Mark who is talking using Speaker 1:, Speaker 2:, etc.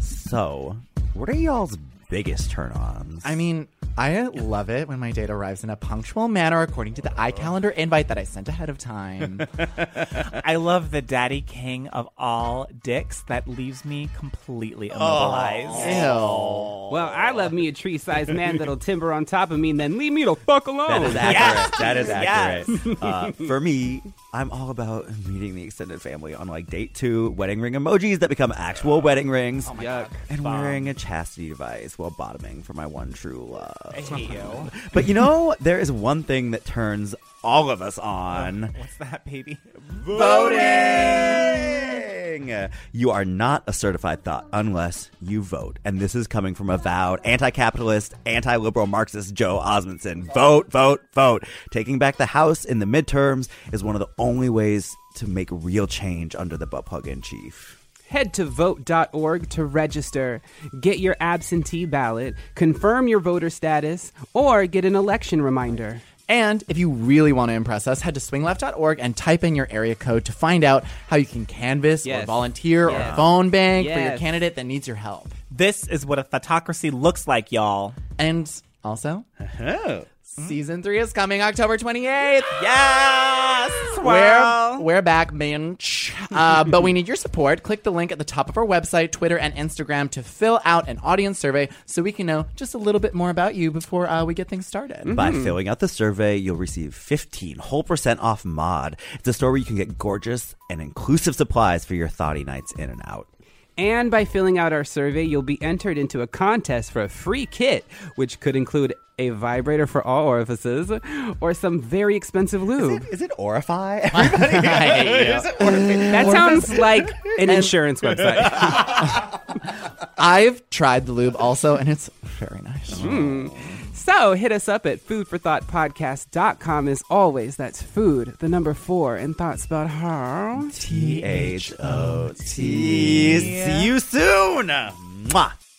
Speaker 1: So, what are y'all's biggest turn-ons?
Speaker 2: I mean, I love it when my date arrives in a punctual manner according to the iCalendar invite that I sent ahead of time.
Speaker 3: I love the daddy king of all dicks that leaves me completely
Speaker 1: Oh.
Speaker 3: immobilized.
Speaker 2: Ew.
Speaker 4: Well, I love me a tree sized man that'll timber on top of me and then leave me the fuck
Speaker 1: That
Speaker 4: alone.
Speaker 1: is accurate. That is accurate. Uh, for me, I'm all about meeting the extended family on like date two, wedding ring emojis that become actual wedding rings,
Speaker 3: Oh
Speaker 4: Yuck.
Speaker 1: and wearing a chastity device while bottoming for my one true love.
Speaker 3: I hate you.
Speaker 1: But you know, there is one thing that turns all of us on
Speaker 3: What's that, baby?
Speaker 1: voting. You are not a certified thought unless you vote. And this is coming from avowed anti capitalist, anti liberal Marxist Joe Osmondson. Vote, vote, vote. Taking back the House in the midterms is one of the only ways to make real change under the butt plug in chief.
Speaker 4: Head to vote.org to register, get your absentee ballot, confirm your voter status, or get an election reminder.
Speaker 2: And if you really want to impress us, head to swingleft.org and type in your area code to find out how you can canvas or
Speaker 4: Yes.
Speaker 2: volunteer or
Speaker 4: Yeah.
Speaker 2: phone bank for your
Speaker 4: Yes.
Speaker 2: candidate that needs your help.
Speaker 3: This is what a thoughtocracy looks like, y'all.
Speaker 2: And also,
Speaker 4: Uh-huh.
Speaker 2: season three is coming October 28th.
Speaker 3: Yes!
Speaker 2: We're,
Speaker 3: Well,
Speaker 2: we're back, bitch. Uh, but we need your support. Click the link at the top of our website, Twitter, and Instagram to fill out an audience survey so we can know just a little bit more about you before uh, we get things started.
Speaker 1: By
Speaker 3: Mm-hmm.
Speaker 1: filling out the survey, you'll receive 15 whole percent off mod. It's a store where you can get gorgeous and inclusive supplies for your thoughty nights in and out.
Speaker 4: And by filling out our survey, you'll be entered into a contest for a free kit, which could include a vibrator for all orifices or some very expensive lube.
Speaker 1: Is it Orify?
Speaker 4: That sounds like an insurance website.
Speaker 2: I've tried the lube also, and it's very nice.
Speaker 4: So hit us up at foodforthoughtpodcast.com as always. That's food, the number four, and thoughts about how.
Speaker 1: T H O T. See you soon. Mwah.